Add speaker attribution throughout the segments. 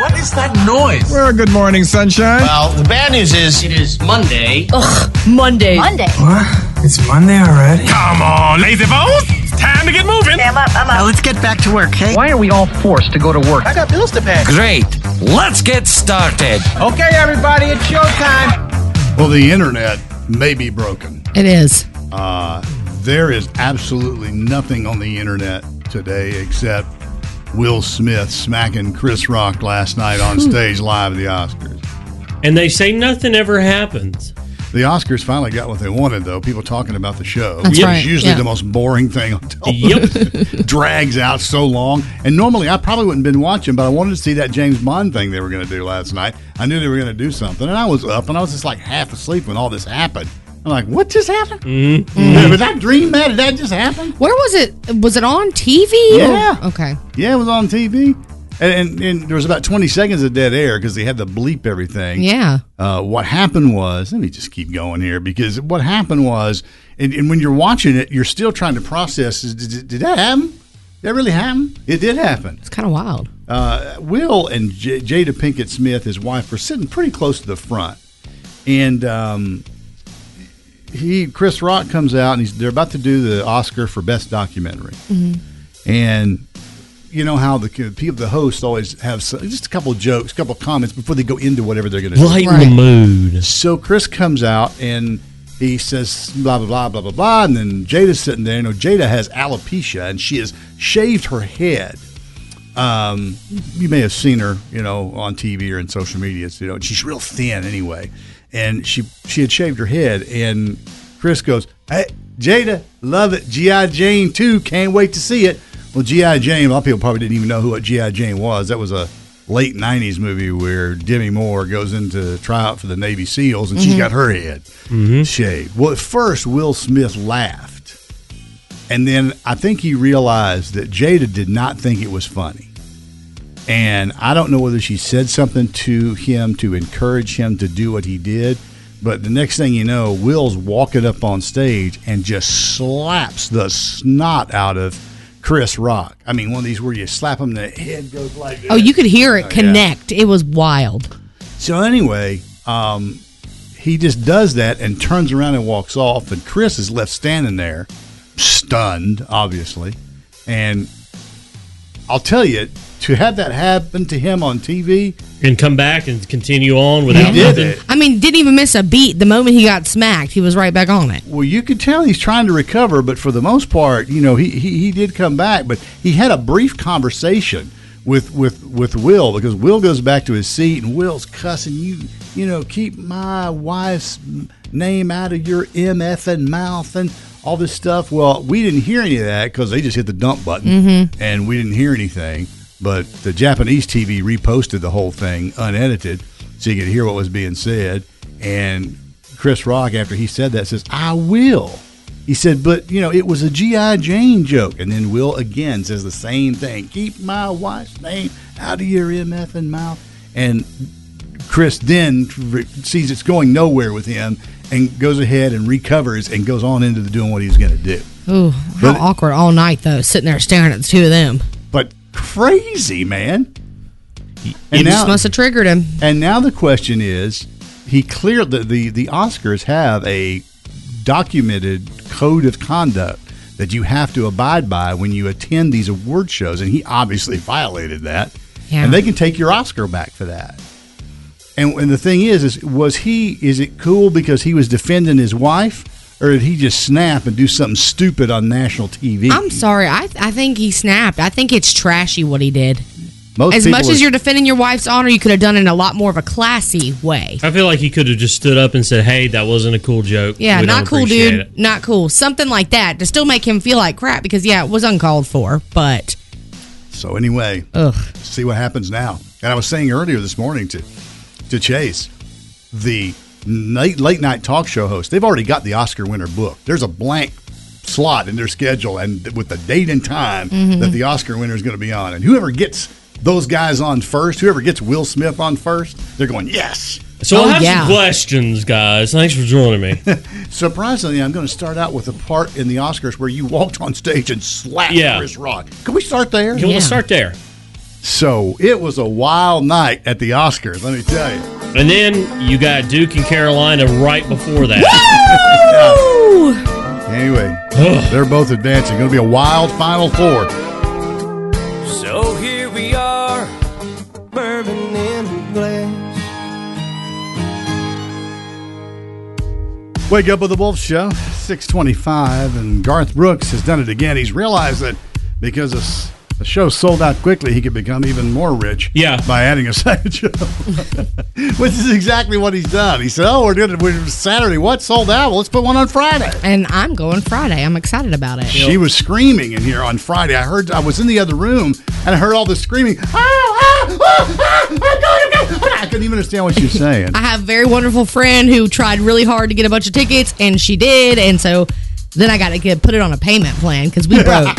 Speaker 1: What is that noise?
Speaker 2: Well, good morning, sunshine.
Speaker 1: Well, the bad news is it is Monday.
Speaker 3: Ugh, Monday.
Speaker 4: Monday.
Speaker 5: What? It's Monday already?
Speaker 6: Come on, lazy bones. It's time to get moving. Okay,
Speaker 7: I'm up, I'm up. Now let's get back to work, hey?
Speaker 8: Why are we all forced to go to work?
Speaker 1: I got bills to pay.
Speaker 9: Great. Let's get started.
Speaker 10: Okay, everybody, it's showtime.
Speaker 11: Well, the internet may be broken.
Speaker 3: It is.
Speaker 11: Uh, there is absolutely nothing on the internet today except Will Smith smacking Chris Rock last night on
Speaker 3: Hmm.
Speaker 11: stage live at the Oscars.
Speaker 12: And they say nothing ever happens.
Speaker 11: The Oscars finally got what they wanted, though. People talking about the show,
Speaker 3: That's
Speaker 11: which
Speaker 3: right.
Speaker 11: is usually
Speaker 3: Yeah.
Speaker 11: the most boring thing on television. Drags out so long. And normally, I probably wouldn't have been watching, but I wanted to see that James Bond thing they were going to do last night. I knew they were going to do something, and I was up, and I was just like half asleep when all this happened. I'm like, what just happened?
Speaker 12: Mm-hmm.
Speaker 11: Yeah, was that dream that? Did that just happen?
Speaker 3: Where was it? Was it on TV?
Speaker 11: Yeah.
Speaker 3: Oh, okay.
Speaker 11: Yeah, it was on TV. And, and, and there was about 20 seconds of dead air because they had to bleep everything.
Speaker 3: Yeah.
Speaker 11: Uh, what happened was, let me just keep going here because what happened was, and, and when you're watching it, you're still trying to process did, did, did that happen? Did that really happen? It did happen.
Speaker 3: It's kind of wild.
Speaker 11: Uh, Will and J- Jada Pinkett Smith, his wife, were sitting pretty close to the front. And um, he Chris Rock comes out and he's, they're about to do the Oscar for Best Documentary. And you know how the people, the hosts always have so- just a couple of jokes, a couple of comments before they go into whatever they're going to do.
Speaker 12: Lighten the mood.
Speaker 11: So Chris comes out and he says blah blah blah blah blah blah, and then Jada's sitting there. You know, Jada has alopecia and she has shaved her head. Um, you may have seen her, you know, on TV or in social media. So, you know, she's real thin anyway, and she she had shaved her head. And Chris goes, "Hey, Jada, love it. GI Jane too. Can't wait to see it." Well, GI Jane. A lot of people probably didn't even know who GI Jane was. That was a late '90s movie where Demi Moore goes into tryout for the Navy SEALs, and she's got her head shaved. Well, at first Will Smith laughed, and then I think he realized that Jada did not think it was funny. And I don't know whether she said something to him to encourage him to do what he did, but the next thing you know, Will's walking up on stage and just slaps the snot out of Chris Rock. I mean, one of these where you slap him, the head goes like this.
Speaker 3: Oh, you could hear
Speaker 11: Oh,
Speaker 3: it
Speaker 11: yeah.
Speaker 3: connect. It was wild.
Speaker 11: So anyway, um, he just does that and turns around and walks off, and Chris is left standing there, stunned, obviously. And I'll tell you, to have that happen to him on TV,
Speaker 12: And come back and continue on without
Speaker 11: He did
Speaker 12: nothing.
Speaker 11: it.
Speaker 3: I mean, didn't even miss a beat. The moment he got smacked, he was right back on it.
Speaker 11: well, you could tell he's trying to recover, but for the most part, you know, he, he, he did come back, but he had a brief conversation with, with, with Will because Will goes back to his seat and Will's cussing you, you know, keep my wife's m- name out of your MF and mouth and all this stuff. Well, we didn't hear any of that because they just hit the dump button and we didn't hear anything. But the Japanese TV reposted the whole thing unedited so you could hear what was being said. And Chris Rock, after he said that, says, I will. He said, but, you know, it was a G.I. Jane joke. And then Will again says the same thing keep my wife's name out of your MF and mouth. And Chris then re- sees it's going nowhere with him and goes ahead and recovers and goes on into the doing what he's going to do.
Speaker 3: Ooh, how
Speaker 11: But-
Speaker 3: awkward all night though, sitting there staring at the two of them.
Speaker 11: But crazy, man. And
Speaker 3: it just must have triggered him.
Speaker 11: And now the question is, he cleared the, the, the Oscars have a documented code of conduct that you have to abide by when you attend these award shows. And he obviously violated that.
Speaker 3: Yeah.
Speaker 11: And they can take your Oscar back for that. And, and the thing is, is was he? Is it cool because he was defending his wife, or did he just snap and do something stupid on national TV?
Speaker 3: I'm sorry. I, I think he snapped. I think it's trashy what he did.
Speaker 11: Most
Speaker 3: as
Speaker 11: people
Speaker 3: much
Speaker 11: are-
Speaker 3: as you're defending your wife's honor, you could have done it in a lot more of a classy way.
Speaker 12: I feel like he could have just stood up and said, "Hey, that wasn't a cool joke.
Speaker 3: Yeah,
Speaker 12: We
Speaker 3: not
Speaker 12: don't
Speaker 3: cool,
Speaker 12: appreciate
Speaker 3: dude.
Speaker 12: it."
Speaker 3: Not cool. Something like that to still make him feel like crap because, yeah, it was uncalled for, but
Speaker 11: So anyway,
Speaker 3: ugh.
Speaker 11: see what happens now. And I was saying earlier this morning to to Chase, the late late night talk show host. They've already got the Oscar winner booked. There's a blank slot in their schedule, and with the date and time that the Oscar winner is going to be on. And whoever gets those guys on first, whoever gets Will Smith on first, they're going yes.
Speaker 12: So
Speaker 3: Oh,
Speaker 12: I have
Speaker 3: yeah.
Speaker 12: some questions, guys. Thanks for joining me.
Speaker 11: Surprisingly, I'm going to start out with a part in the Oscars where you walked on stage and slapped
Speaker 12: Yeah.
Speaker 11: Chris Rock. Can we start there?
Speaker 12: Can
Speaker 3: Yeah.
Speaker 12: we start there?
Speaker 11: So it was a wild night at the Oscars. Let me tell you.
Speaker 12: And then you got Duke and Carolina right before that.
Speaker 11: Anyway, they're both advancing. Going to be a wild Final Four.
Speaker 9: So here we are, bourbon in a glass.
Speaker 11: Wake up with the Wolf Show, six twenty-five, and Garth Brooks has done it again. He's realized that because the s- the show sold out quickly, he could become even more rich.
Speaker 12: Yeah.
Speaker 11: by adding a second show, which is exactly what he's done. He said, "Oh, we're doing it we're Saturday. What sold out? Well, let's put one on Friday."
Speaker 3: And I'm going Friday. I'm excited about it.
Speaker 11: She was screaming in here on Friday. I heard I was in the other room and I heard all the screaming. "Ah, ah, ah, ah, I'm going, I'm going." I couldn't even understand what she was saying.
Speaker 3: I have a very wonderful friend who tried really hard to get a bunch of tickets, and she did. And so then I got to get put it on a payment plan because we broke.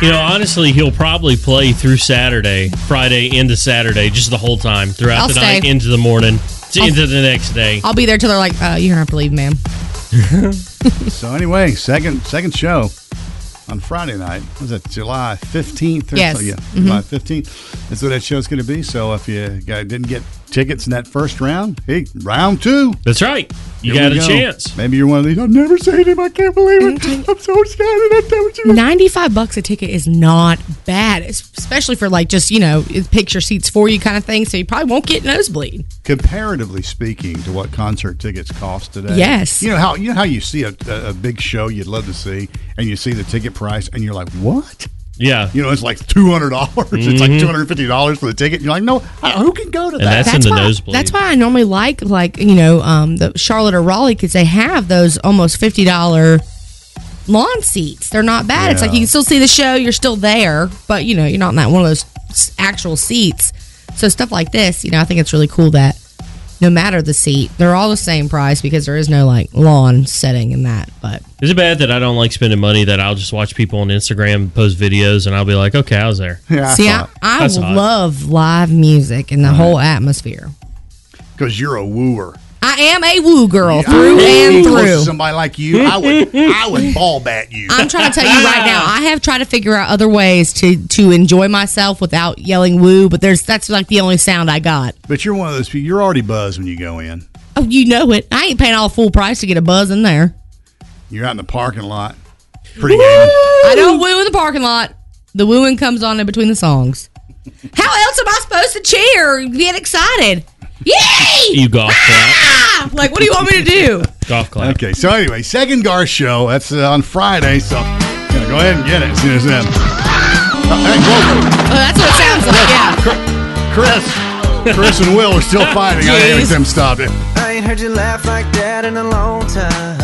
Speaker 12: you know, honestly, he'll probably play through Saturday, Friday into Saturday, just the whole time throughout
Speaker 3: I'll
Speaker 12: the
Speaker 3: stay.
Speaker 12: night into the morning to into the next day.
Speaker 3: I'll be there till they're like, uh, "You don't have to leave, ma'am."
Speaker 11: So anyway, second second show on Friday night. Was it July fifteenth?
Speaker 3: Yes. Mm-hmm.
Speaker 11: So, yeah, July fifteenth. That's what that show's going to be. So if you guy didn't get tickets in that first round, hey, round two.
Speaker 12: That's right. You
Speaker 11: Here
Speaker 12: got
Speaker 11: we
Speaker 12: a
Speaker 11: go.
Speaker 12: chance.
Speaker 11: Maybe you're one of these. I've never seen him. I can't believe it. I'm so excited. I've never seen him.
Speaker 3: Ninety-five bucks a ticket is not bad, especially for like just you know it's picture seats for you kind of thing. So you probably won't get nosebleed.
Speaker 11: Comparatively speaking, to what concert tickets cost today?
Speaker 3: Yes.
Speaker 11: You know how you know how you see a, a, a big show you'd love to see, and you see the ticket price, and you're like, what?
Speaker 12: Yeah.
Speaker 11: You know, it's like two hundred dollars. It's like two hundred fifty dollars for the ticket. You're like, no, I- who can go
Speaker 12: Mm-hmm.
Speaker 11: to
Speaker 12: And
Speaker 11: that?
Speaker 12: that's in the
Speaker 3: why,
Speaker 12: nosebleed.
Speaker 3: That's why I normally like like you know um, the Charlotte or Raleigh because they have those almost fifty dollar lawn seats. They're not bad. It's like you
Speaker 11: Yeah.
Speaker 3: can still see the show. You're still there, but you know you're not in that one of those s- actual seats. So stuff like this, you know, I think it's really cool that no matter the seat, they're all the same price because there is no like lawn setting in that. But
Speaker 12: Is it bad that I don't like spending money that I'll just watch people on Instagram post videos and I'll be like, okay, I was there.
Speaker 11: Yeah,
Speaker 3: see, I, I
Speaker 12: That's odd.
Speaker 3: love live music and the whole atmosphere.
Speaker 11: because you're a wooer
Speaker 3: I am a woo girl through and
Speaker 11: Close to
Speaker 3: through.
Speaker 11: Somebody like you, I would, I would ball bat you.
Speaker 3: I'm trying to tell you right now. I have tried to figure out other ways to to enjoy myself without yelling woo, but there's that's like the only sound I got.
Speaker 11: But you're one of those people. You're already buzzed when you go in.
Speaker 3: Oh, you know it. I ain't paying all full price to get a buzz in there.
Speaker 11: You're out in the parking lot. Pretty game.
Speaker 3: I don't woo in the parking lot. The wooing comes on in between the songs. How else am I supposed to cheer and get excited? Yay!
Speaker 12: You golf clap.
Speaker 3: Ah! Like, what do you want me to do?
Speaker 12: Golf clap.
Speaker 11: Okay, so anyway, second Gar show. That's uh, on Friday. So gonna go ahead and get it as soon as then.
Speaker 3: Oh, that's what it sounds like. Yeah.
Speaker 11: Chris, Chris and Will are still fighting. I haven't them stopped it.
Speaker 8: I ain't heard you laugh like that in a long time.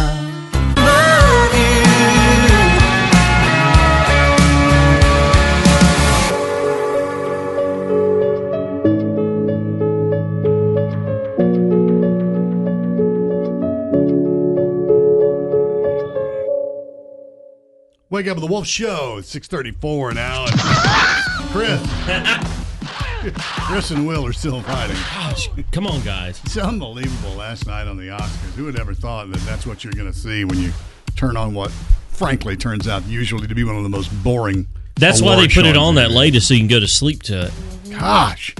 Speaker 11: Wake up with the Wolf Show. It's 634 now. And Chris. Chris and Will are still fighting.
Speaker 12: Gosh, come on, guys.
Speaker 11: It's unbelievable last night on the Oscars. Who would ever thought that that's what you're going to see when you turn on what, frankly, turns out usually to be one of the most boring.
Speaker 12: That's why they
Speaker 11: award
Speaker 12: put it
Speaker 11: shows
Speaker 12: on
Speaker 11: we
Speaker 12: that
Speaker 11: do.
Speaker 12: latest so you can go to sleep to it.
Speaker 11: Gosh.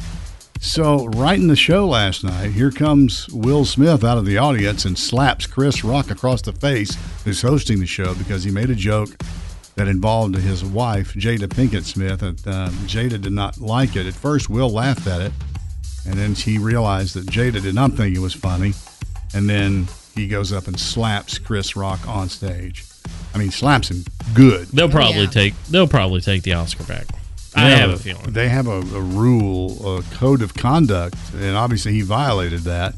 Speaker 11: So, right in the show last night, here comes Will Smith out of the audience and slaps Chris Rock across the face, who's hosting the show, because he made a joke that involved his wife, Jada Pinkett Smith. And, uh, Jada did not like it. At first, Will laughed at it, and then he realized that Jada did not think it was funny. And then he goes up and slaps Chris Rock on stage. I mean, slaps him good.
Speaker 12: They'll probably yeah. take they'll probably take the Oscar back. I have a feeling
Speaker 11: they have a, a rule, a code of conduct, and obviously he violated that.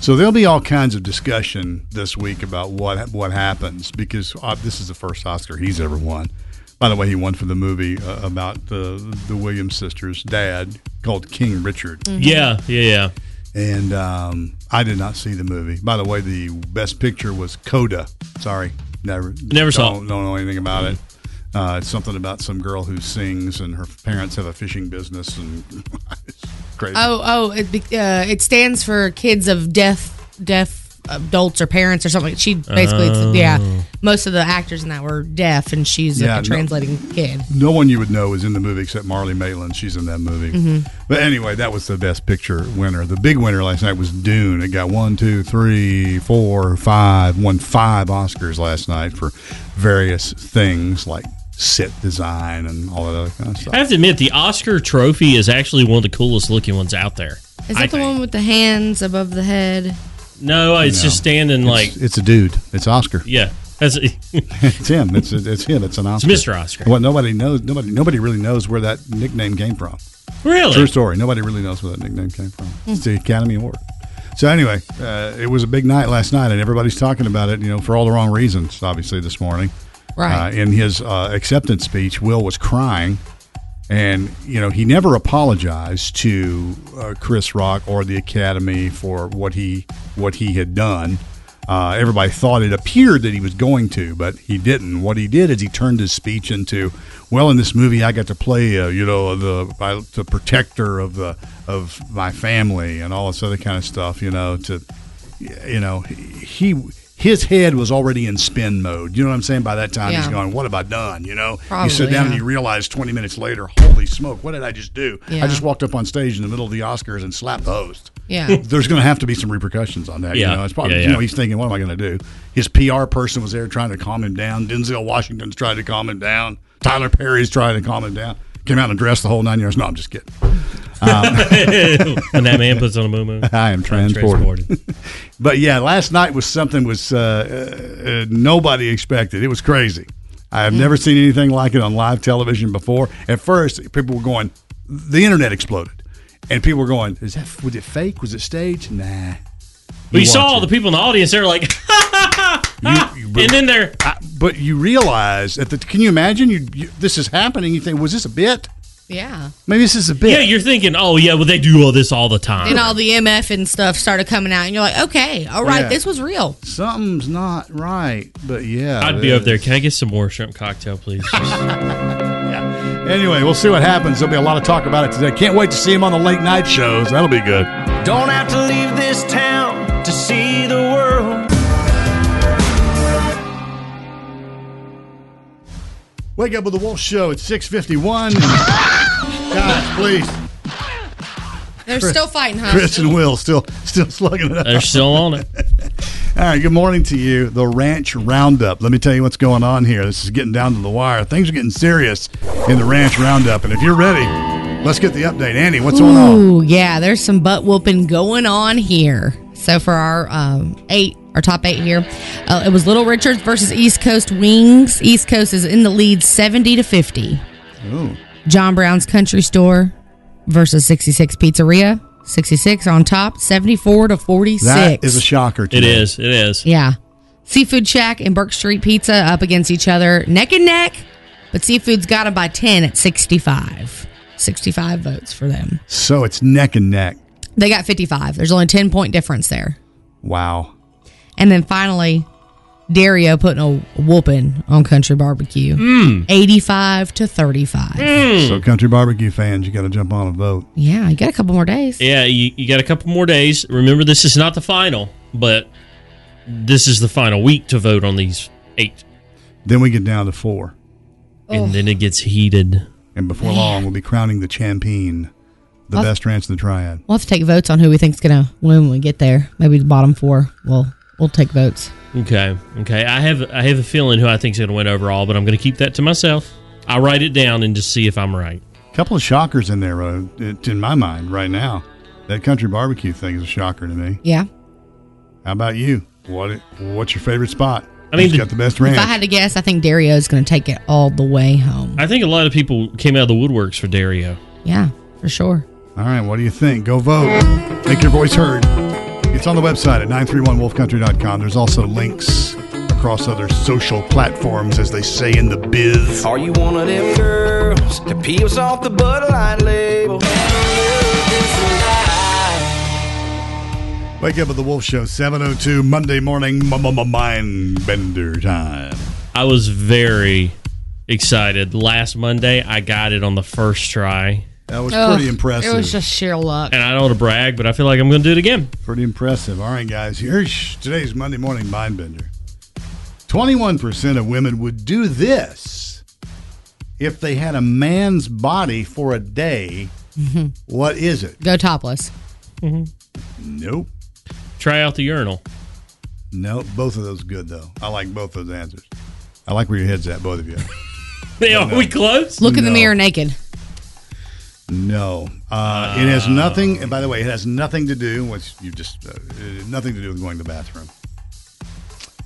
Speaker 11: So there'll be all kinds of discussion this week about what what happens because uh, this is the first Oscar he's ever won. By the way, he won for the movie uh, about the the Williams sisters' dad called King Richard.
Speaker 12: Mm-hmm. Yeah, yeah, yeah.
Speaker 11: And um, I did not see the movie. By the way, the best picture was Coda. Sorry, never
Speaker 12: never saw.
Speaker 11: Don't, don't know anything about mm-hmm. it. Uh, it's something about some girl who sings, and her parents have a fishing business, and crazy.
Speaker 3: Oh, oh, it, uh, it stands for kids of deaf, deaf adults or parents or something. She basically, oh. yeah, most of the actors in that were deaf, and she's yeah, like a translating
Speaker 11: no,
Speaker 3: kid.
Speaker 11: No one you would know is in the movie except Marley Maitland. She's in that movie. Mm-hmm. But anyway, that was the best picture winner. The big winner last night was Dune. It got one, two, three, four, five, won five Oscars last night for various things like set design and all that other kind of stuff.
Speaker 12: I have to admit, the Oscar trophy is actually one of the coolest looking ones out there.
Speaker 3: Is that I the think. one with the hands above the head?
Speaker 12: No, it's no. just standing
Speaker 11: it's,
Speaker 12: like
Speaker 11: it's a dude. It's Oscar.
Speaker 12: Yeah.
Speaker 11: That's it's him. It's it's him. It's an Oscar.
Speaker 12: It's Mr. Oscar.
Speaker 11: Well, nobody knows. Nobody nobody really knows where that nickname came from.
Speaker 12: Really?
Speaker 11: True story. Nobody really knows where that nickname came from. It's the Academy Award. So anyway, uh, it was a big night last night, and everybody's talking about it. You know, for all the wrong reasons, obviously this morning.
Speaker 3: Right.
Speaker 11: Uh, in his uh, acceptance speech, Will was crying, and you know he never apologized to uh, Chris Rock or the Academy for what he what he had done. Uh, everybody thought it appeared that he was going to, but he didn't. What he did is he turned his speech into, well, in this movie I got to play, uh, you know, the I, the protector of the of my family and all this other kind of stuff. You know, to you know he his head was already in spin mode. You know what I'm saying? By that time, yeah. he's going, "What have I done?" You know,
Speaker 3: Probably,
Speaker 11: you sit down
Speaker 3: yeah.
Speaker 11: and you realize 20 minutes later, "Holy smoke! What did I just do?
Speaker 3: Yeah.
Speaker 11: I just walked up on stage in the middle of the Oscars and slapped the host."
Speaker 3: Yeah,
Speaker 11: there's going to have to be some repercussions on that.
Speaker 12: Yeah.
Speaker 11: You know, it's probably you know he's thinking, "What am I going to do?" His PR person was there trying to calm him down. Denzel Washington's trying to calm him down. Tyler Perry's trying to calm him down. Came out and dressed the whole nine yards. No, I'm just kidding.
Speaker 12: Um, when that man puts on a moo moo,
Speaker 11: I am transported. transported. but yeah, last night was something was uh, uh, nobody expected. It was crazy. I have mm-hmm. never seen anything like it on live television before. At first, people were going, the internet exploded, and people were going, "Is that was it fake? Was it staged? Nah."
Speaker 12: But you, you saw all it. the people in the audience. They're like, you, Ah. but, and then they're.
Speaker 11: I, but you realize that the, can you imagine? You, you this is happening. You think was this a bit?
Speaker 3: Yeah.
Speaker 11: Maybe this is a bit.
Speaker 12: Yeah, you're thinking, oh, yeah, well, they do all this all the time.
Speaker 3: And all the MF and stuff started coming out, and you're like, okay, all right, yeah. this was real.
Speaker 11: Something's not right, but yeah.
Speaker 12: I'd be is. up there. Can I get some more shrimp cocktail, please?
Speaker 11: yeah. Anyway, we'll see what happens. There'll be a lot of talk about it today. Can't wait to see him on the late night shows. That'll be good.
Speaker 9: Don't have to leave this town to see the world.
Speaker 11: Wake up with the Wolf Show at 651. Guys, please.
Speaker 3: They're Chris, still fighting, huh?
Speaker 11: Chris and Will still still slugging it out.
Speaker 12: They're still on it.
Speaker 11: All right, good morning to you. The Ranch Roundup. Let me tell you what's going on here. This is getting down to the wire. Things are getting serious in the Ranch Roundup. And if you're ready, let's get the update. Annie, what's Ooh, going on?
Speaker 3: Yeah, there's some butt whooping going on here. So for our um, eight our top eight here. Uh, it was Little Richards versus East Coast Wings. East Coast is in the lead 70 to 50.
Speaker 11: Ooh.
Speaker 3: John Brown's Country Store versus 66 Pizzeria. 66 on top, 74 to 46.
Speaker 11: That is a shocker
Speaker 12: It me. is. It is.
Speaker 3: Yeah. Seafood Shack and Burke Street Pizza up against each other, neck and neck, but Seafood's got them by 10 at 65. 65 votes for them.
Speaker 11: So it's neck and neck.
Speaker 3: They got 55. There's only 10 point difference there.
Speaker 11: Wow.
Speaker 3: And then finally, Dario putting a whooping on Country Barbecue,
Speaker 12: mm.
Speaker 3: eighty-five to thirty-five.
Speaker 12: Mm.
Speaker 11: So, Country Barbecue fans, you got to jump on and vote.
Speaker 3: Yeah, you got a couple more days.
Speaker 12: Yeah, you, you, got a couple more days. Remember, this is not the final, but this is the final week to vote on these eight.
Speaker 11: Then we get down to four,
Speaker 12: Ugh. and then it gets heated.
Speaker 11: And before Man. long, we'll be crowning the champion the I'll best ranch in the triad.
Speaker 3: We'll have to take votes on who we think's going to win when we get there. Maybe the bottom four. Well, we'll take votes.
Speaker 12: Okay. Okay. I have I have a feeling who I think is going to win overall, but I'm going to keep that to myself. I write it down and just see if I'm right.
Speaker 11: Couple of shockers in there, uh, in my mind right now. That country barbecue thing is a shocker to me.
Speaker 3: Yeah.
Speaker 11: How about you? What What's your favorite spot?
Speaker 12: I mean,
Speaker 11: Who's got the best ranch.
Speaker 3: If I had to guess, I think Dario is going to take it all the way home.
Speaker 12: I think a lot of people came out of the woodworks for Dario.
Speaker 3: Yeah, for sure.
Speaker 11: All right, what do you think? Go vote. Make your voice heard. It's on the website at 931wolfcountry.com. There's also links across other social platforms, as they say in the biz.
Speaker 2: Are you one of them girls that peels off the Bud Light label?
Speaker 11: Wake up at the Wolf Show, 702 Monday morning, mind bender time.
Speaker 12: I was very excited. Last Monday, I got it on the first try.
Speaker 11: That was Ugh, pretty impressive.
Speaker 3: It was just sheer luck.
Speaker 12: And I don't want to brag, but I feel like I'm going to do it again.
Speaker 11: Pretty impressive. All right, guys. Here's today's Monday morning mind bender. 21% of women would do this if they had a man's body for a day. Mm-hmm. What is it?
Speaker 3: Go topless.
Speaker 11: Mm-hmm. Nope
Speaker 12: try out the urinal.
Speaker 11: No, both of those good though. I like both those answers. I like where your head's at, both of you.
Speaker 12: they are we close?
Speaker 3: Look no. in the mirror naked.
Speaker 11: No, uh, uh, it has nothing. And by the way, it has nothing to do. Which you just uh, nothing to do with going to the bathroom.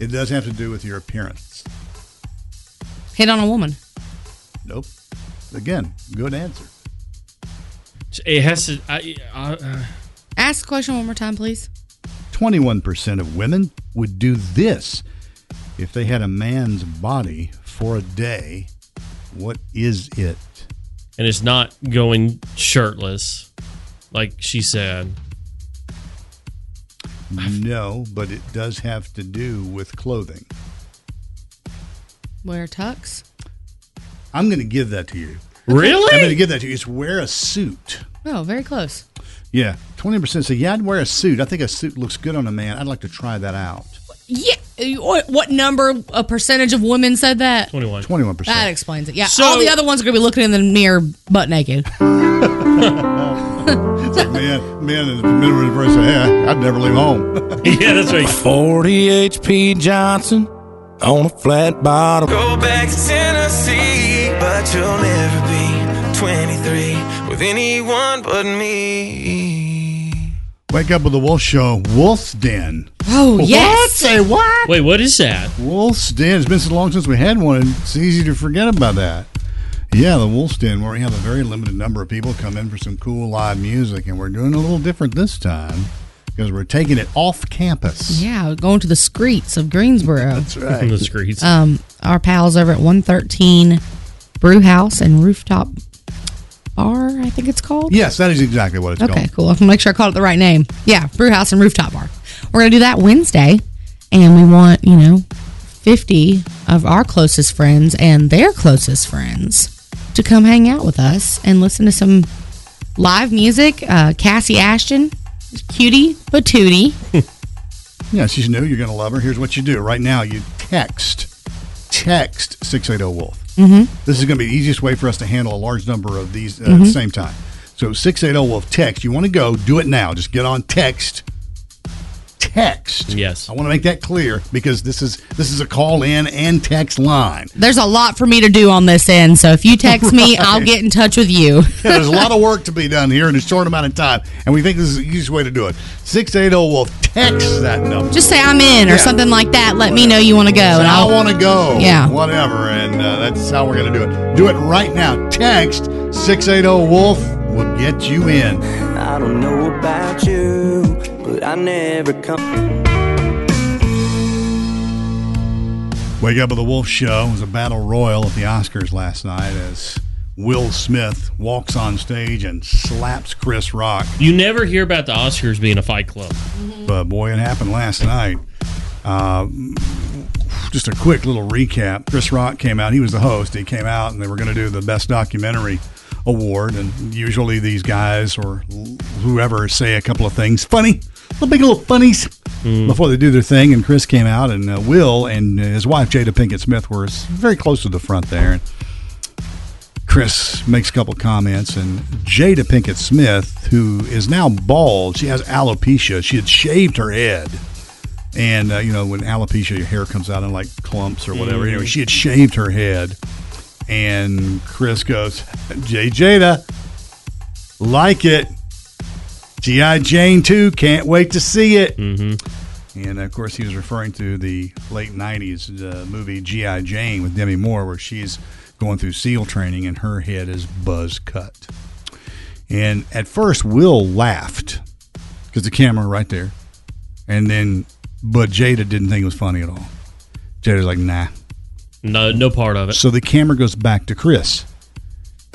Speaker 11: It does have to do with your appearance.
Speaker 3: Hit on a woman.
Speaker 11: Nope. Again, good answer.
Speaker 12: It has to. I,
Speaker 11: uh,
Speaker 12: I,
Speaker 3: Ask the question one more time, please.
Speaker 11: 21% of women would do this if they had a man's body for a day. What is it?
Speaker 12: And it's not going shirtless, like she said.
Speaker 11: No, but it does have to do with clothing.
Speaker 3: Wear tux?
Speaker 11: I'm going to give that to you.
Speaker 12: Really?
Speaker 11: I'm going to give that to you. It's wear a suit.
Speaker 3: Oh, very close.
Speaker 11: Yeah, twenty percent say yeah. I'd wear a suit. I think a suit looks good on a man. I'd like to try that out.
Speaker 3: Yeah. What number, a percentage of women said that?
Speaker 12: 21.
Speaker 11: 21%.
Speaker 3: That explains it. Yeah. So, all the other ones are going to be looking in the mirror butt naked. it's
Speaker 11: like, man, man in the middle of the verse, yeah, I'd never leave home.
Speaker 12: yeah, that's right.
Speaker 4: 40 HP Johnson on a flat bottom.
Speaker 13: Go back to Tennessee, but you'll never be 23 with anyone but me.
Speaker 11: Wake up with the Wolf Show, Wolf's Den.
Speaker 3: Oh, yes.
Speaker 11: What? Say what?
Speaker 12: Wait, what is that?
Speaker 11: Wolf's Den. It's been so long since we had one, it's easy to forget about that. Yeah, the Wolf's Den, where we have a very limited number of people come in for some cool live music, and we're doing a little different this time because we're taking it off campus.
Speaker 3: Yeah, going to the streets of Greensboro.
Speaker 11: That's right.
Speaker 12: the streets.
Speaker 3: Um, our pals over at 113 Brew House and Rooftop Bar, I think it's called.
Speaker 11: Yes, that is exactly what it's
Speaker 3: okay,
Speaker 11: called.
Speaker 3: Okay, cool. I can make sure I called it the right name. Yeah, Brew House and Rooftop Bar. We're going to do that Wednesday, and we want, you know, 50 of our closest friends and their closest friends to come hang out with us and listen to some live music. Uh, Cassie Ashton, cutie patootie.
Speaker 11: yeah, she's new. You're going to love her. Here's what you do right now you text, text 680 Wolf.
Speaker 3: Mm-hmm.
Speaker 11: This is going to be the easiest way for us to handle a large number of these uh, mm-hmm. at the same time. So 680 Wolf text. You want to go, do it now. Just get on text. Text.
Speaker 12: Yes,
Speaker 11: I want to make that clear because this is this is a call in and text line.
Speaker 3: There's a lot for me to do on this end, so if you text right. me, I'll get in touch with you. yeah,
Speaker 11: there's a lot of work to be done here in a short amount of time, and we think this is the easiest way to do it. Six eight zero Wolf text that number.
Speaker 3: Just say I'm in or yeah. something like that. Let whatever. me know you want to go, and
Speaker 11: I want to go.
Speaker 3: Yeah,
Speaker 11: whatever, and uh, that's how we're gonna do it. Do it right now. Text six eight zero Wolf will get you in.
Speaker 14: I don't know about you, but I never come.
Speaker 11: Wake Up with the Wolf show it was a battle royal at the Oscars last night as Will Smith walks on stage and slaps Chris Rock.
Speaker 12: You never hear about the Oscars being a fight club. Mm-hmm.
Speaker 11: But uh, boy, it happened last night. Uh, just a quick little recap. Chris Rock came out. He was the host. He came out and they were going to do the best documentary award. And usually these guys or whoever say a couple of things funny, they'll make a little funnies mm. before they do their thing. And Chris came out, and uh, Will and his wife, Jada Pinkett Smith, were very close to the front there. And Chris makes a couple comments, and Jada Pinkett Smith, who is now bald, she has alopecia, she had shaved her head. And uh, you know when alopecia, your hair comes out in like clumps or whatever. Anyway, she had shaved her head, and Chris goes, "J Jada, like it." G.I. Jane 2, can't wait to see it.
Speaker 12: Mm-hmm.
Speaker 11: And of course, he was referring to the late 90s uh, movie G.I. Jane with Demi Moore, where she's going through SEAL training and her head is buzz cut. And at first, Will laughed because the camera right there. And then, but Jada didn't think it was funny at all. Jada's like, nah.
Speaker 12: No, no part of it.
Speaker 11: So the camera goes back to Chris.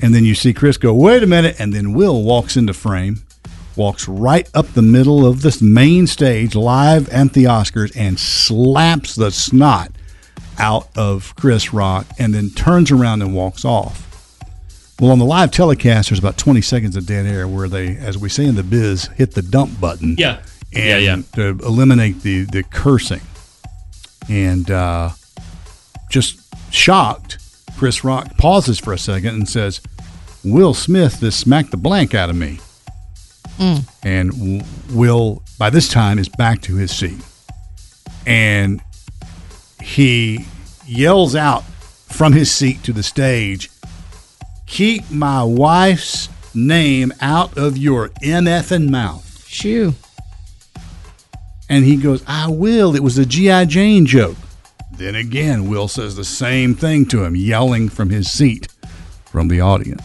Speaker 11: And then you see Chris go, wait a minute. And then Will walks into frame walks right up the middle of this main stage live at the Oscars and slaps the snot out of Chris Rock and then turns around and walks off. Well, on the live telecast, there's about 20 seconds of dead air where they, as we say in the biz, hit the dump button.
Speaker 12: Yeah.
Speaker 11: And
Speaker 12: yeah, yeah.
Speaker 11: to eliminate the, the cursing. And uh, just shocked, Chris Rock pauses for a second and says, Will Smith just smacked the blank out of me.
Speaker 3: Mm.
Speaker 11: and Will by this time is back to his seat, and he yells out from his seat to the stage, "Keep my wife's name out of your mfing mouth."
Speaker 3: Shoo!
Speaker 11: And he goes, "I will." It was a GI Jane joke. Then again, Will says the same thing to him, yelling from his seat from the audience.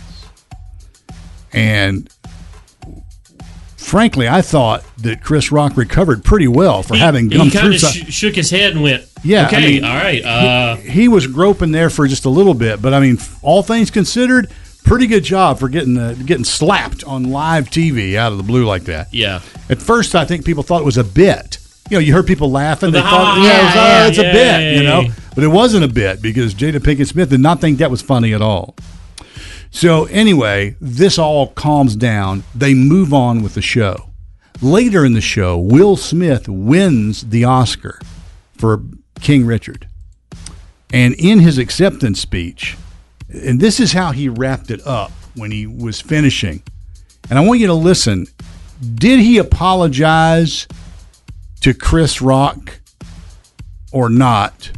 Speaker 11: And frankly, I thought that Chris Rock recovered pretty well for
Speaker 12: He-
Speaker 11: having
Speaker 12: he
Speaker 11: gum
Speaker 12: kinda
Speaker 11: through. si-
Speaker 12: sh- shook his head and went,
Speaker 11: Yeah, I
Speaker 12: okay,
Speaker 11: mean,
Speaker 12: all right." Uh,
Speaker 11: he, he was groping there for just a little bit, but I mean, all things considered, pretty good job for getting uh, getting slapped on live TV out of the blue like that.
Speaker 12: yeah,
Speaker 11: At first, I think people thought it was a bit. You know, you heard people laughing. They
Speaker 12: The
Speaker 11: thought,
Speaker 12: ha-
Speaker 11: yeah, it was,
Speaker 12: Ah, yeah,
Speaker 11: oh, it's a bit, you know.
Speaker 12: yay.
Speaker 11: But it wasn't a bit because Jada Pinkett Smith did not think that was funny at all. So, anyway, this all calms down. They move on with the show. Later in the show, Will Smith wins the Oscar for King Richard. And in his acceptance speech, and this is how he wrapped it up when he was finishing. And I want you to listen. Did he apologize to Chris Rock or not?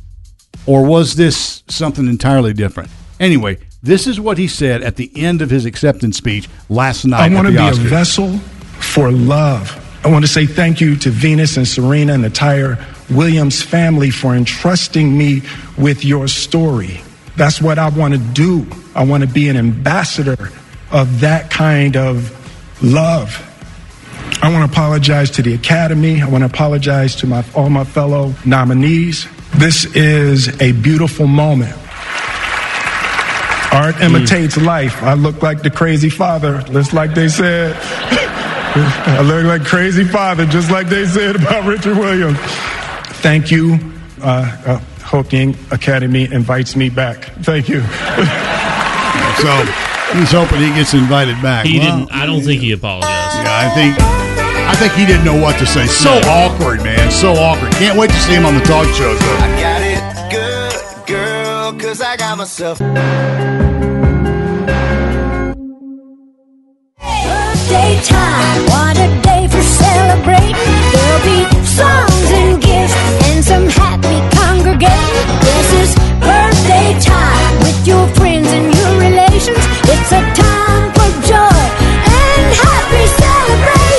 Speaker 11: Or was this something entirely different? Anyway, this is what he said at the end of his acceptance speech last night.
Speaker 15: I want
Speaker 11: at
Speaker 15: to
Speaker 11: the Oscars.
Speaker 15: be a vessel for love. I want to say thank you to Venus and Serena and the entire Williams family for entrusting me with your story. That's what I want to do. I want to be an ambassador of that kind of love. I want to apologize to the Academy. I want to apologize to my, all my fellow nominees. This is a beautiful moment. Art imitates life. I look like the crazy father, just like they said. I look like crazy father, just like they said about Richard Williams. Thank you. Uh, I hope the Academy invites me back. Thank you.
Speaker 11: So he's hoping he gets invited back.
Speaker 12: he
Speaker 11: Well,
Speaker 12: didn't. I don't think he apologized.
Speaker 11: Yeah, I think I think he didn't know what to say. So awkward, man. So awkward. Can't wait to see him on the talk shows though.
Speaker 7: Got it good, girl, cause I got myself.
Speaker 16: Birthday time, what a day for celebrating. There'll be songs and gifts and some happy congregating. This is birthday time with your friends and your relations. It's a time for joy and happy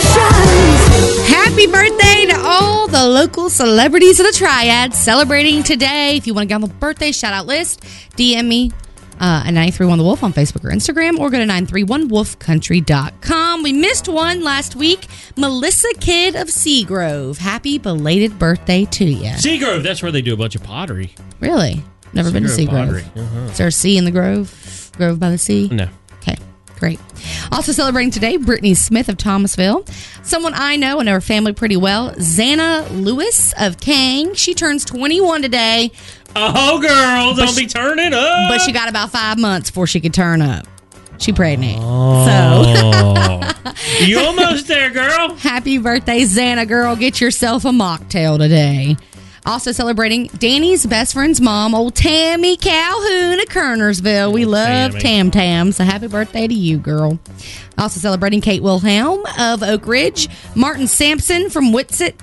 Speaker 16: celebrations.
Speaker 3: Happy birthday to all the local celebrities of the triad celebrating today. If you want to get on the birthday shout out list, DM me uh, at 931 The Wolf on Facebook or Instagram or go to 931wolfcountry.com. We missed one last week. Melissa Kidd of Seagrove. Happy belated birthday to you.
Speaker 12: Seagrove, that's where they do a bunch of pottery.
Speaker 3: Really? Never been to
Speaker 12: Seagrove pottery.
Speaker 3: Seagrove.
Speaker 12: Uh-huh.
Speaker 3: Is there a sea in the Grove? Grove by the sea?
Speaker 12: No.
Speaker 3: Okay, great. Also celebrating today, Brittany Smith of Thomasville. Someone I know and her family pretty well, Zana Lewis of Kang. She turns 21 today.
Speaker 12: Oh, girl, don't be turning up.
Speaker 3: But she got about five months before she could turn up. She pregnant.
Speaker 12: So. you almost there, girl.
Speaker 3: Happy birthday, Xana girl. Get yourself a mocktail today. Also celebrating Danny's best friend's mom, old Tammy Calhoun of Kernersville. We love
Speaker 17: Tammy.
Speaker 3: Tam Tam, so happy birthday to you, girl. Also celebrating Kate Wilhelm of Oak Ridge, Martin Sampson from Whitsett,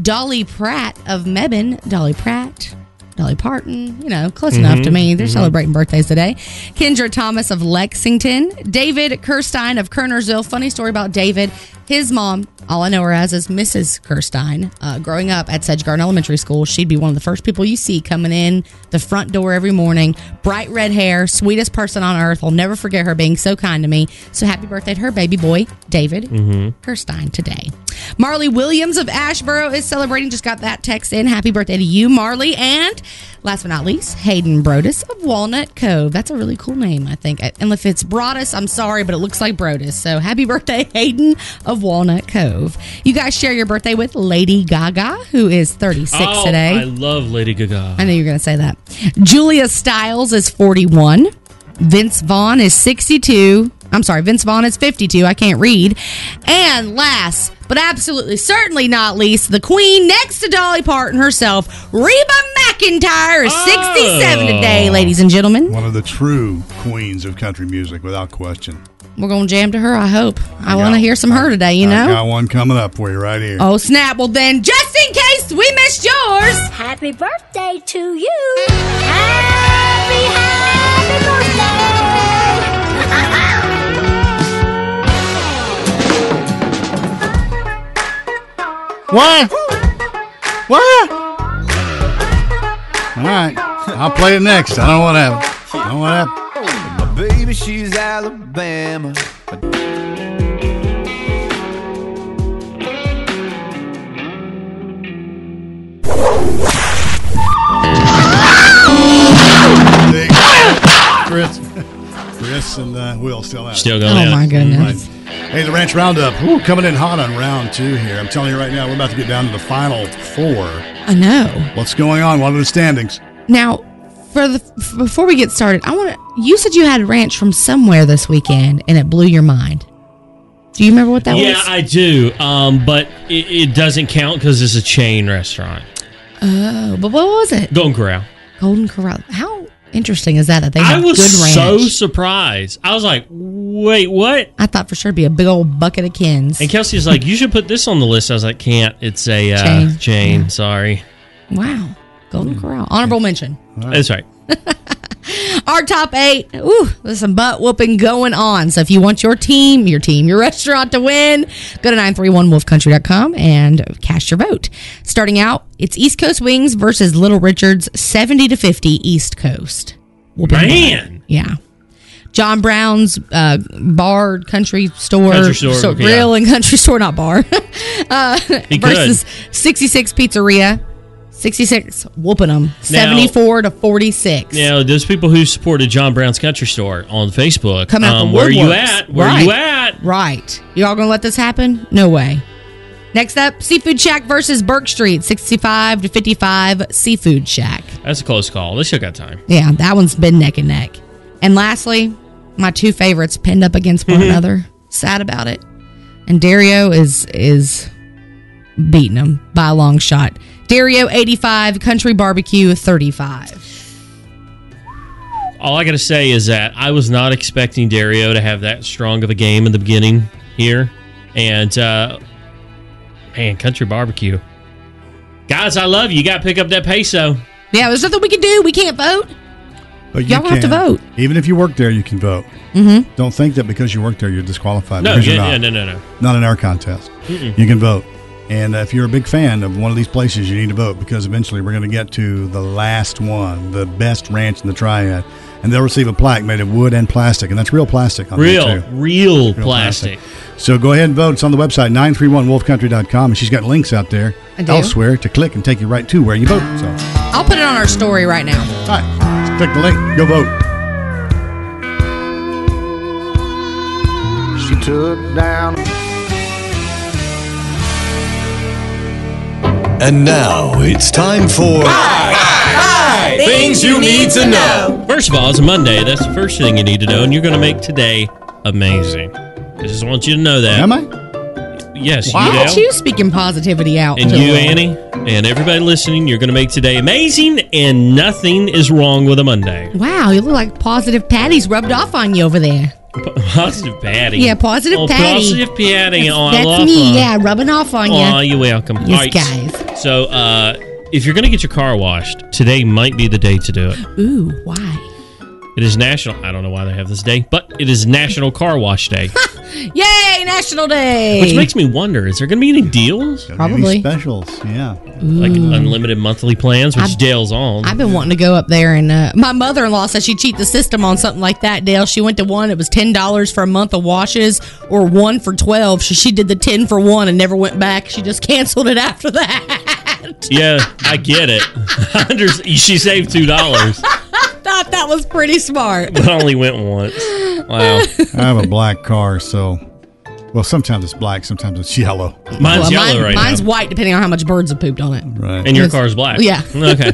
Speaker 3: Dolly Pratt of Mebane, Dolly Pratt, Dolly Parton, you know, close enough to me. They're
Speaker 17: mhm.
Speaker 3: celebrating birthdays today. Kendra Thomas of Lexington, David Kirstein of Kernersville. Funny story about David. His mom, all I know her as is Mrs. Kirstein. Uh, growing up at Sedge Garden Elementary School, she'd be one of the first people you see coming in the front door every morning. Bright red hair, sweetest person on earth. I'll never forget her being so kind to me. So happy birthday to her baby boy, David
Speaker 12: Mhm.
Speaker 3: Kirstein, today. Marley Williams of Ashboro is celebrating. Just got that text in. Happy birthday to you, Marley. And last but not least, Hayden Brodus of Walnut Cove. That's a really cool name, I think. And if it's Brodus, I'm sorry, but it looks like Brodus. So happy birthday, Hayden of Walnut Cove. You guys share your birthday with Lady Gaga, who is 36
Speaker 12: Oh,
Speaker 3: today.
Speaker 12: I love Lady Gaga.
Speaker 3: I know you're going to say that. Julia Stiles is 41. Vince Vaughn is 62. I'm sorry, Vince Vaughn is 52. I can't read. And last, but absolutely certainly not least, the queen next to Dolly Parton herself, Reba McIntyre, is 67
Speaker 11: Oh.
Speaker 3: today, ladies and gentlemen.
Speaker 11: One of the true queens of country music, without question.
Speaker 3: We're going to jam to her, I hope. I want to hear some her today, you
Speaker 11: I got
Speaker 3: know?
Speaker 11: one coming up for you right here.
Speaker 3: Oh, snap. Well, then, just in case we missed yours.
Speaker 16: Happy birthday to you. Happy, happy birthday.
Speaker 11: What? What? All right, I'll play it next. I don't know what happened. I don't know what happened.
Speaker 8: My baby, she's Alabama.
Speaker 11: Chris, Chris, and uh, Will still out.
Speaker 12: Still going Oh, at it. my
Speaker 3: Mm-hmm.
Speaker 12: goodness.
Speaker 11: Right. Hey, the Ranch Roundup. Ooh, coming in hot on round two here. I'm telling you right now, we're about to get down to the final four.
Speaker 3: I know.
Speaker 11: What's going on? What are the standings?
Speaker 3: Now, for the f- before we get started, I want to. You said you had ranch from somewhere this weekend, and it blew your mind. Do you remember what that
Speaker 12: yeah,
Speaker 3: was?
Speaker 12: I do. Um, but it, it doesn't count because it's a chain restaurant.
Speaker 3: oh, but what was it?
Speaker 12: Golden Corral.
Speaker 3: Golden Corral. How interesting is that that they
Speaker 12: I
Speaker 3: have
Speaker 12: was
Speaker 3: good ranch?
Speaker 12: so surprised. I was like, wait, what?
Speaker 3: I thought for sure it'd be a big old bucket of kins.
Speaker 12: And Kelsey's like, you should put this on the list. I was like, can't. It's a uh,
Speaker 3: Chain.
Speaker 12: chain. Sorry.
Speaker 3: Wow,
Speaker 12: Mm.
Speaker 3: Golden Corral. Honorable mention.
Speaker 12: That's right.
Speaker 3: Our top eight. Ooh, there's some butt whooping going on. So if you want your team, your team, your restaurant to win, go to 931wolfcountry.com and cast your vote. Starting out, it's East Coast Wings versus Little Richards, 70 to 50 East Coast. Whooping
Speaker 12: Man.
Speaker 3: butt. Yeah. John Brown's uh, bar, country store,
Speaker 12: Country store,
Speaker 3: so-
Speaker 12: yeah.
Speaker 3: grill and country store, not bar, uh,
Speaker 12: He could.
Speaker 3: versus 66 Pizzeria, 66 whooping them, 74 to 46.
Speaker 12: Now, those people who supported John Brown's Country Store on Facebook,
Speaker 3: Come out
Speaker 12: um,
Speaker 3: the
Speaker 12: where are you
Speaker 3: woodworks.
Speaker 12: at? Where
Speaker 3: right.
Speaker 12: are you at?
Speaker 3: Right. Y'all gonna let this happen? No way. Next up, Seafood Shack versus Burke Street, 65 to 55 Seafood Shack.
Speaker 12: That's a close call. They still got time.
Speaker 3: Yeah, that one's been neck and neck. And lastly, my two favorites pinned up against one another. Sad about it. And Dario is is beating them by a long shot. Dario 85, Country Barbecue 35.
Speaker 12: All I got to say is that I was not expecting Dario to have that strong of a game in the beginning here. And, uh, man, Country Barbecue. Guys, I love you. You got to pick up that peso.
Speaker 3: Yeah, there's nothing we can do. We can't vote.
Speaker 11: But you
Speaker 3: Y'all have to
Speaker 11: can.
Speaker 3: vote.
Speaker 11: Even if you work there, you can vote.
Speaker 3: Mm-hmm.
Speaker 11: Don't think that because you work there, you're disqualified.
Speaker 12: No,
Speaker 11: because you're
Speaker 12: yeah,
Speaker 11: not.
Speaker 12: yeah, no, no, no.
Speaker 11: Not in our contest.
Speaker 12: Mm-mm.
Speaker 11: You can vote. And uh, if you're a big fan of one of these places, you need to vote because eventually we're going to get to the last one, the best ranch in the triad. And they'll receive a plaque made of wood and plastic. And that's real plastic. On there,
Speaker 12: Real,
Speaker 11: too.
Speaker 12: real
Speaker 11: plastic.
Speaker 12: plastic.
Speaker 11: So go ahead and vote. It's on the website, 931wolfcountry.com. And she's got links out there
Speaker 3: I do.
Speaker 11: elsewhere to click and take you right to where you vote. So
Speaker 3: I'll put it on our story right now.
Speaker 11: All right, let's click the link. Go vote.
Speaker 10: She took down.
Speaker 18: And now it's time for
Speaker 10: Things you need to know.
Speaker 12: First of all, it's a Monday. That's the first thing you need to know, and you're going to make today amazing. I just want you to know that.
Speaker 11: Am
Speaker 12: I? Yes,
Speaker 3: Why
Speaker 12: you
Speaker 3: aren't
Speaker 12: do.
Speaker 3: you speaking positivity out?
Speaker 12: And
Speaker 3: to
Speaker 12: you,
Speaker 3: the world?
Speaker 12: Annie, and everybody listening, you're going to make today amazing, and nothing is wrong with a Monday.
Speaker 3: Wow, you look like positive patties rubbed off on you over there.
Speaker 12: Positive padding.
Speaker 3: Yeah, positive
Speaker 12: oh,
Speaker 3: padding.
Speaker 12: Positive padding. Oh, I
Speaker 3: That's
Speaker 12: love
Speaker 3: me.
Speaker 12: her.
Speaker 3: Yeah, rubbing off on you.
Speaker 12: Oh, you're welcome.
Speaker 3: Yes,
Speaker 12: All right.
Speaker 3: guys.
Speaker 12: So, uh, if you're going to get your car washed, today might be the day to do it.
Speaker 3: Ooh, why?
Speaker 12: It is national. I don't know why they have this day, but it is National Car Wash Day,
Speaker 3: Yay, National Day.
Speaker 12: which makes me wonder: is there going to be any deals?
Speaker 3: Probably.
Speaker 11: specials. Yeah.
Speaker 12: Like
Speaker 3: Ooh.
Speaker 12: unlimited monthly plans, which
Speaker 3: Mm. I-
Speaker 12: Dale's on.
Speaker 3: I've been wanting to go up there, and uh, my mother in law said she cheat the system on something like that. Dale, she went to one; it was ten dollars for a month of washes, or one for twelve. So she did the ten for one and never went back. She just canceled it after that.
Speaker 12: yeah, I get it. I under- she saved two dollars,
Speaker 3: I thought that was pretty smart.
Speaker 12: but only went once. Wow.
Speaker 11: I have a black car, so well sometimes it's black, sometimes it's yellow.
Speaker 12: Mine's
Speaker 3: Well,
Speaker 12: yellow
Speaker 3: mine-
Speaker 12: right
Speaker 3: mine's
Speaker 12: now,
Speaker 3: white, depending on how much birds have pooped on it.
Speaker 11: Right.
Speaker 12: and your
Speaker 3: Yes.
Speaker 12: car's black.
Speaker 3: Yeah.
Speaker 12: okay.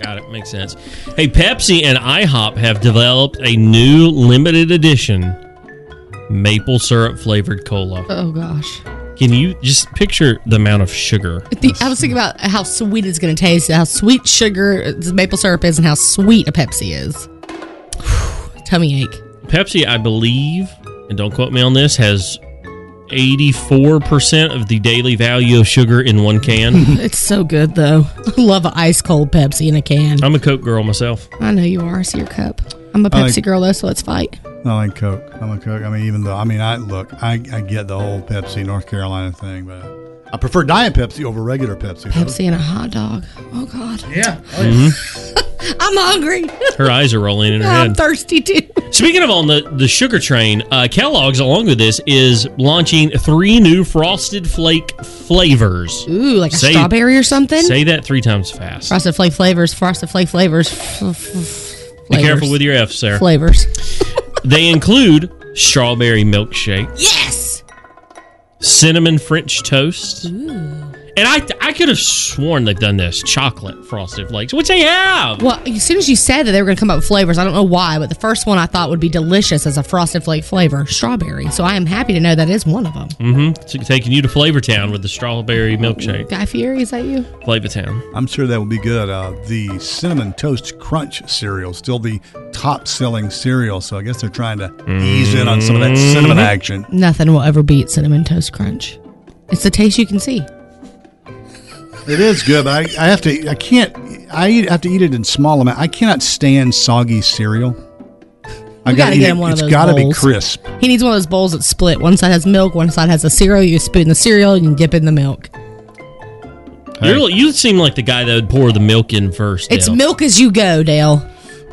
Speaker 12: Got it. Makes sense. Hey, Pepsi and IHOP have developed a new limited edition maple syrup flavored cola.
Speaker 3: Oh gosh.
Speaker 12: Can you just picture the amount of sugar?
Speaker 3: The- I was thinking about how sweet it's going to taste, how sweet sugar uh, the maple syrup is, and how sweet a Pepsi is. Tummy ache.
Speaker 12: Pepsi, I believe, and don't quote me on this, has 84% of the daily value of sugar in one can.
Speaker 3: It's so good though. I love an ice cold Pepsi in a can.
Speaker 12: I'm a Coke girl myself.
Speaker 3: I know you are. I see your cup. I'm a
Speaker 11: I like-
Speaker 3: Pepsi girl though, so let's fight.
Speaker 11: I like Coke. I'm a Coke. I mean, even though I mean, I look, I, I get the whole Pepsi North Carolina thing, but I prefer Diet Pepsi over regular Pepsi. though.
Speaker 3: Pepsi and a hot dog. Oh God.
Speaker 11: Yeah.
Speaker 12: Mhm.
Speaker 3: I'm hungry.
Speaker 12: Her eyes are rolling in her
Speaker 3: I'm
Speaker 12: head.
Speaker 3: thirsty too.
Speaker 12: Speaking of on the, the sugar train, uh, Kellogg's, along with this, is launching three new frosted flake flavors.
Speaker 3: Ooh, like a
Speaker 12: Say-
Speaker 3: strawberry or something.
Speaker 12: Say that three times fast.
Speaker 3: frosted flake flavors. Frosted flake flavors. F- f- f-
Speaker 12: Be careful
Speaker 3: flavors.
Speaker 12: with your F's there.
Speaker 3: flavors.
Speaker 12: They include strawberry milkshake,
Speaker 3: Yes.
Speaker 12: cinnamon French toast, and I I could have sworn they've done this chocolate frosted flakes, which they have.
Speaker 3: Well, as soon as you said that they were going to come up with flavors, I don't know why, but the first one I thought would be delicious as a frosted flake flavor, strawberry. So I am happy to know that is one of them.
Speaker 12: Mm-hmm. Taking you to Flavor Town with the strawberry
Speaker 11: Hmm.
Speaker 12: milkshake.
Speaker 3: Guy Fieri, is that you?
Speaker 12: Flavor Town.
Speaker 11: I'm sure that would be good. Uh, the cinnamon toast crunch cereal, still the top selling cereal. So I guess they're trying to ease in on some of
Speaker 3: Mm-hmm.
Speaker 11: that cinnamon
Speaker 12: Mhm.
Speaker 11: action.
Speaker 3: Nothing will ever beat cinnamon toast crunch. It's the taste you can see.
Speaker 11: It is good, but I, I have to. I can't. I eat, have to eat it in small amount. I cannot stand soggy cereal. I
Speaker 3: We
Speaker 11: gotta
Speaker 3: gotta
Speaker 11: eat
Speaker 3: get
Speaker 11: it-
Speaker 3: him one of
Speaker 11: It's
Speaker 3: those
Speaker 11: gotta be
Speaker 3: bowls.
Speaker 11: crisp.
Speaker 3: He needs one of those bowls that split. One side has milk, one side has the cereal. You spoon the cereal and you dip in the milk.
Speaker 12: You're, you seem like the guy that would pour the milk in first.
Speaker 3: It's
Speaker 12: Dale.
Speaker 3: milk as you go, Dale.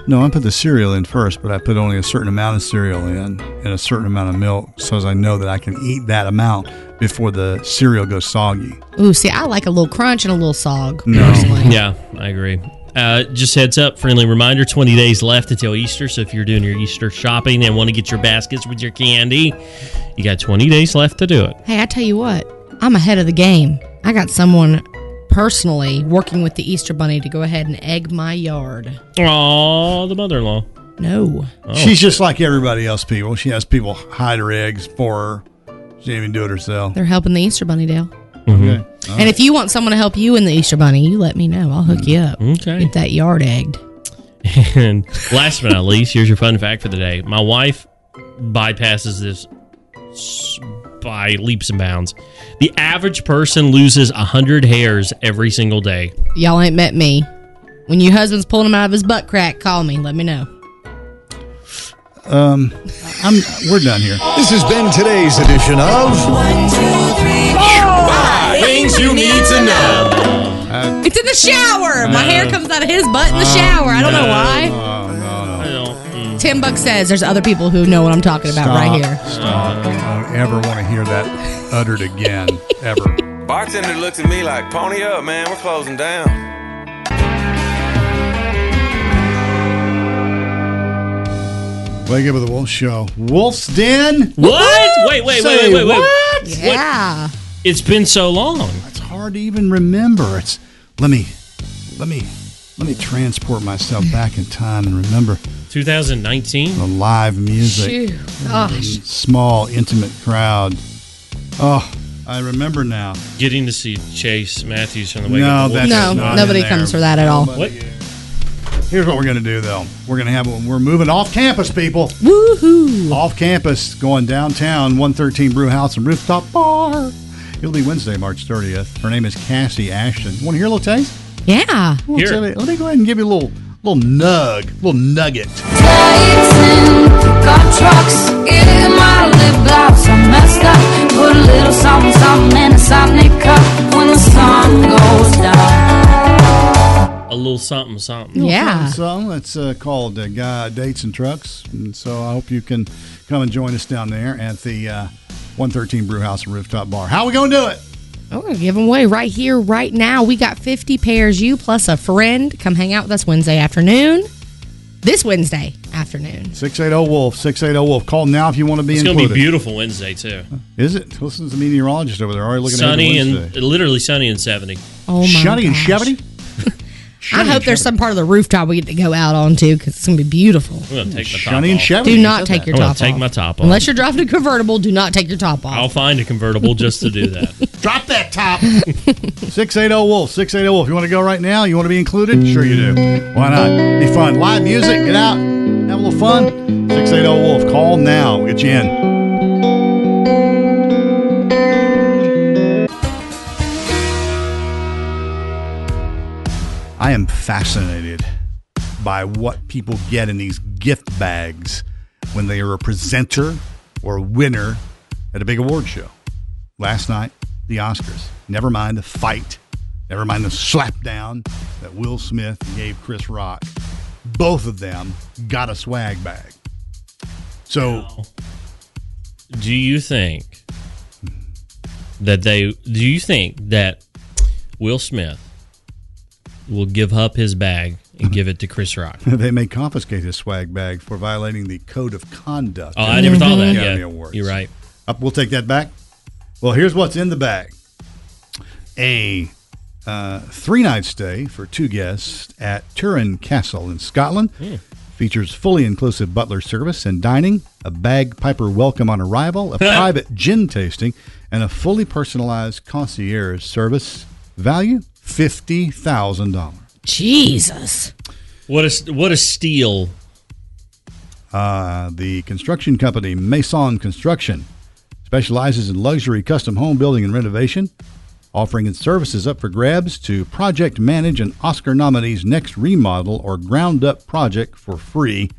Speaker 11: No, I put the cereal in first, but I put only a certain amount of cereal in and a certain amount of milk so as I know that I can eat that amount before the cereal goes soggy.
Speaker 3: Ooh, see, I like a little crunch and a little sog.
Speaker 11: No.
Speaker 3: personally.
Speaker 12: Yeah, I agree. Uh, just heads up, friendly reminder 20 days left until Easter. So if you're doing your Easter shopping and want to get your baskets with your candy, you got 20 days left to do it.
Speaker 3: Hey, I tell you what, I'm ahead of the game. I got someone personally working with the Easter Bunny to go ahead and egg my yard.
Speaker 12: Aw, the mother in law.
Speaker 3: No.
Speaker 12: Oh.
Speaker 11: She's just like everybody else, people. She has people hide her eggs for her. She didn't even do it herself.
Speaker 3: They're helping the Easter Bunny, Dale.
Speaker 12: Mhm.
Speaker 11: Okay. All
Speaker 3: And if you want someone to help you in the Easter Bunny, you let me know. I'll hook you up.
Speaker 10: Mm,
Speaker 12: Okay.
Speaker 3: Get that yard egged.
Speaker 12: And last but not least, here's your fun fact for the day. My wife bypasses this s- by leaps and bounds. The average person loses 100 hairs every single day.
Speaker 3: Y'all ain't met me. When your husband's pulling him out of his butt crack, call me. Let me know.
Speaker 11: right. Um, I'm, we're done here.
Speaker 18: This has been today's edition of
Speaker 10: Ah, Things you need to know.
Speaker 3: It's in the shower. My hair comes out of his butt in the shower. I don't know why.
Speaker 11: Oh, no, no.
Speaker 3: Tim Buck says there's other people who know what I'm talking about right here.
Speaker 11: Stop. I don't ever want to hear that uttered again, ever.
Speaker 9: Bartender looked at me like, pony up, man, we're closing down.
Speaker 11: Wake up with the Wolf Show. Wolf's Den?
Speaker 12: What? Wait, wait, wait,
Speaker 11: Say
Speaker 12: wait, wait, wait.
Speaker 11: What?
Speaker 3: Yeah.
Speaker 12: It's been so long.
Speaker 11: It's hard to even remember. It's let me let me let me transport myself back in time and remember
Speaker 12: 2019.
Speaker 11: the live music.
Speaker 3: Phew. Gosh.
Speaker 11: Small, intimate crowd. Oh, I remember now.
Speaker 12: Getting to see Chase Matthews from the way.
Speaker 11: No,
Speaker 12: of the
Speaker 11: that's
Speaker 12: Wolves.
Speaker 3: No,
Speaker 11: not in
Speaker 3: nobody
Speaker 11: there.
Speaker 3: comes for that at all.
Speaker 12: What?
Speaker 11: Here's what we're going to do, though. We're going to have we're moving off campus, people.
Speaker 3: Woohoo!
Speaker 11: Off campus, going downtown, 113 Brew House and Rooftop Bar. It'll be Wednesday, March 30th. Her name is Cassie Ashton. Want to hear a little taste?
Speaker 3: Yeah.
Speaker 11: Well,
Speaker 12: Here.
Speaker 11: let me- Let me go ahead and give you a little little nug, little nugget.
Speaker 16: Got trucks in my lip gloss. I messed up. Put a little something, something in a Sonic cup when the sun goes down.
Speaker 12: A little something, something.
Speaker 11: Little
Speaker 3: Yeah.
Speaker 11: something, something. It's uh, called uh, Guy Dates and Trucks, and so I hope you can come and join us down there at the uh, 113 Brew House and Rooftop Bar. How we gonna do it?
Speaker 3: I'm going to give them away right here, right now. We got 50 pairs, you plus a friend. Come hang out with us Wednesday afternoon. This Wednesday afternoon.
Speaker 11: 680 Wolf, 680 Wolf. Call now if you want to be
Speaker 12: It's going to be
Speaker 11: included.
Speaker 12: beautiful Wednesday, too.
Speaker 11: Is it? Listen to the meteorologist over there. Already looking
Speaker 12: sunny
Speaker 11: at
Speaker 12: and uh, literally sunny and 70.
Speaker 3: Oh, my
Speaker 11: Shunny and
Speaker 3: gosh.
Speaker 11: Chevy?
Speaker 3: I hope there's some part of the rooftop we get to go out onto because it's going to be beautiful.
Speaker 12: I'm going to take my top
Speaker 11: Shunny and
Speaker 12: off.
Speaker 11: Chevy.
Speaker 3: Do
Speaker 11: You
Speaker 3: not
Speaker 11: said
Speaker 3: take your
Speaker 12: I'm
Speaker 3: top
Speaker 12: going
Speaker 3: off.
Speaker 12: to take my top off.
Speaker 3: Unless you're driving a convertible, do not take your top off.
Speaker 12: I'll find a convertible just to do that.
Speaker 11: that. Drop that top. 680 Wolf, 680 Wolf. You want to go right now? You want to be included? Sure you do. Why not? Be fun. Live music. Get out. Have a little fun. 680 Wolf. Call now. We'll get you in. I am fascinated by what people get in these gift bags when they are a presenter or a winner at a big award show. Last night, the Oscars. Never mind the fight. Never mind the slapdown that Will Smith gave Chris Rock. Both of them got a swag bag. So,
Speaker 12: do you think that they do you think that Will Smith will give up his bag and give it to Chris Rock?
Speaker 11: they may confiscate his swag bag for violating the code of conduct.
Speaker 12: Oh, I never thought of that.
Speaker 11: Academy
Speaker 12: Yeah.
Speaker 11: Awards.
Speaker 12: You're right.
Speaker 11: Up, Uh, we'll take that back. Well, here's what's in the bag: a uh, three-night stay for two guests at Turin Castle in Scotland. Features fully inclusive butler service and dining, a bagpiper welcome on arrival, a private gin tasting, and a fully personalized concierge service. Value fifty thousand dollars.
Speaker 3: Jesus.
Speaker 12: What a what a steal!
Speaker 11: Uh, the construction company Mason Construction specializes in luxury custom home building and renovation, offering its services up for grabs to project manage an Oscar nominee's next remodel or ground up project for free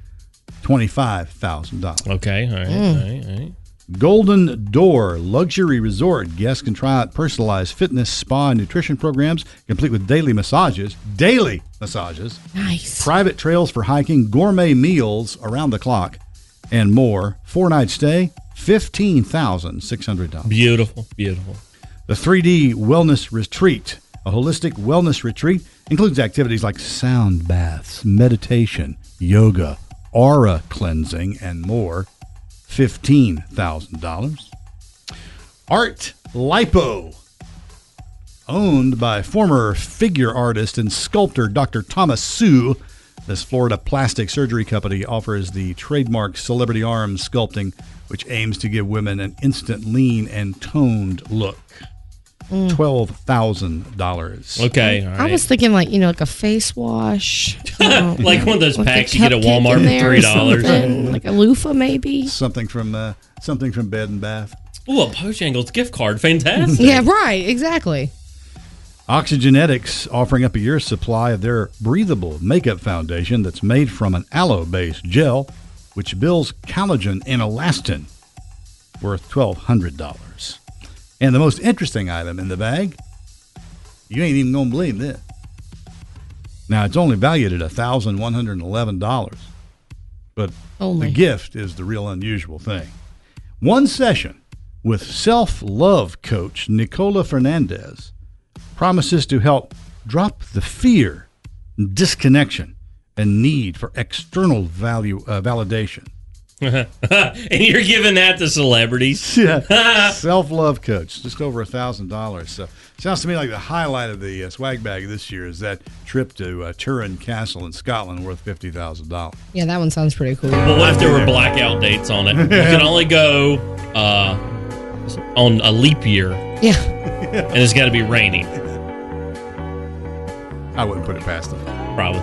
Speaker 11: $25,000.
Speaker 12: Okay, all right,
Speaker 3: Mm.
Speaker 12: all right, all right.
Speaker 11: Golden Door Luxury Resort. Guests can try out personalized fitness, spa, and nutrition programs, complete with daily massages, daily massages,
Speaker 3: Nice.
Speaker 11: private trails for hiking, gourmet meals around the clock, and more. Four night stay, fifteen thousand six hundred dollars.
Speaker 12: Beautiful, beautiful.
Speaker 11: The 3D Wellness Retreat, a holistic wellness retreat, includes activities like sound baths, meditation, yoga, aura cleansing, and more. Fifteen thousand dollars. Art Lipo, owned by former figure artist and sculptor Dr. Thomas Sue. This Florida plastic surgery company offers the trademark celebrity arm sculpting, which aims to give women an instant lean and toned look. Twelve thousand dollars.
Speaker 12: Okay, all right.
Speaker 3: I was thinking, like, you know, like a face wash.
Speaker 12: Like one of those
Speaker 3: With a
Speaker 12: packs you get at
Speaker 3: cupcake
Speaker 12: Walmart
Speaker 3: in
Speaker 12: for
Speaker 3: there or
Speaker 12: $3.
Speaker 3: something, Like a loofah, maybe.
Speaker 11: Something from uh, something from Bed and Bath.
Speaker 12: Ooh, a Bojangles gift card, fantastic.
Speaker 3: Yeah, right. Exactly.
Speaker 11: Oxygenetics offering up a year's supply of their breathable makeup foundation that's made from an aloe based gel, which builds collagen and elastin, worth $1,200. And the most interesting item in the bag, you ain't even going to believe this. Now, it's only valued at $1,111, but
Speaker 3: Only.
Speaker 11: the gift is the real unusual thing. One session with self love coach Nicola Fernandez promises to help drop the fear, disconnection, and need for external value uh, validation.
Speaker 12: and you're giving that to celebrities.
Speaker 11: Self love coach, just over a thousand dollars. So sounds to me like the highlight of the uh, swag bag this year is that trip to uh, Turin Castle in Scotland, worth fifty thousand dollars.
Speaker 3: Yeah, that one sounds pretty cool.
Speaker 12: But what if there were blackout dates on it? You can only go uh, on a leap year,
Speaker 3: Yeah.
Speaker 12: and it's got to be raining,
Speaker 11: I wouldn't put it past them.
Speaker 12: probably.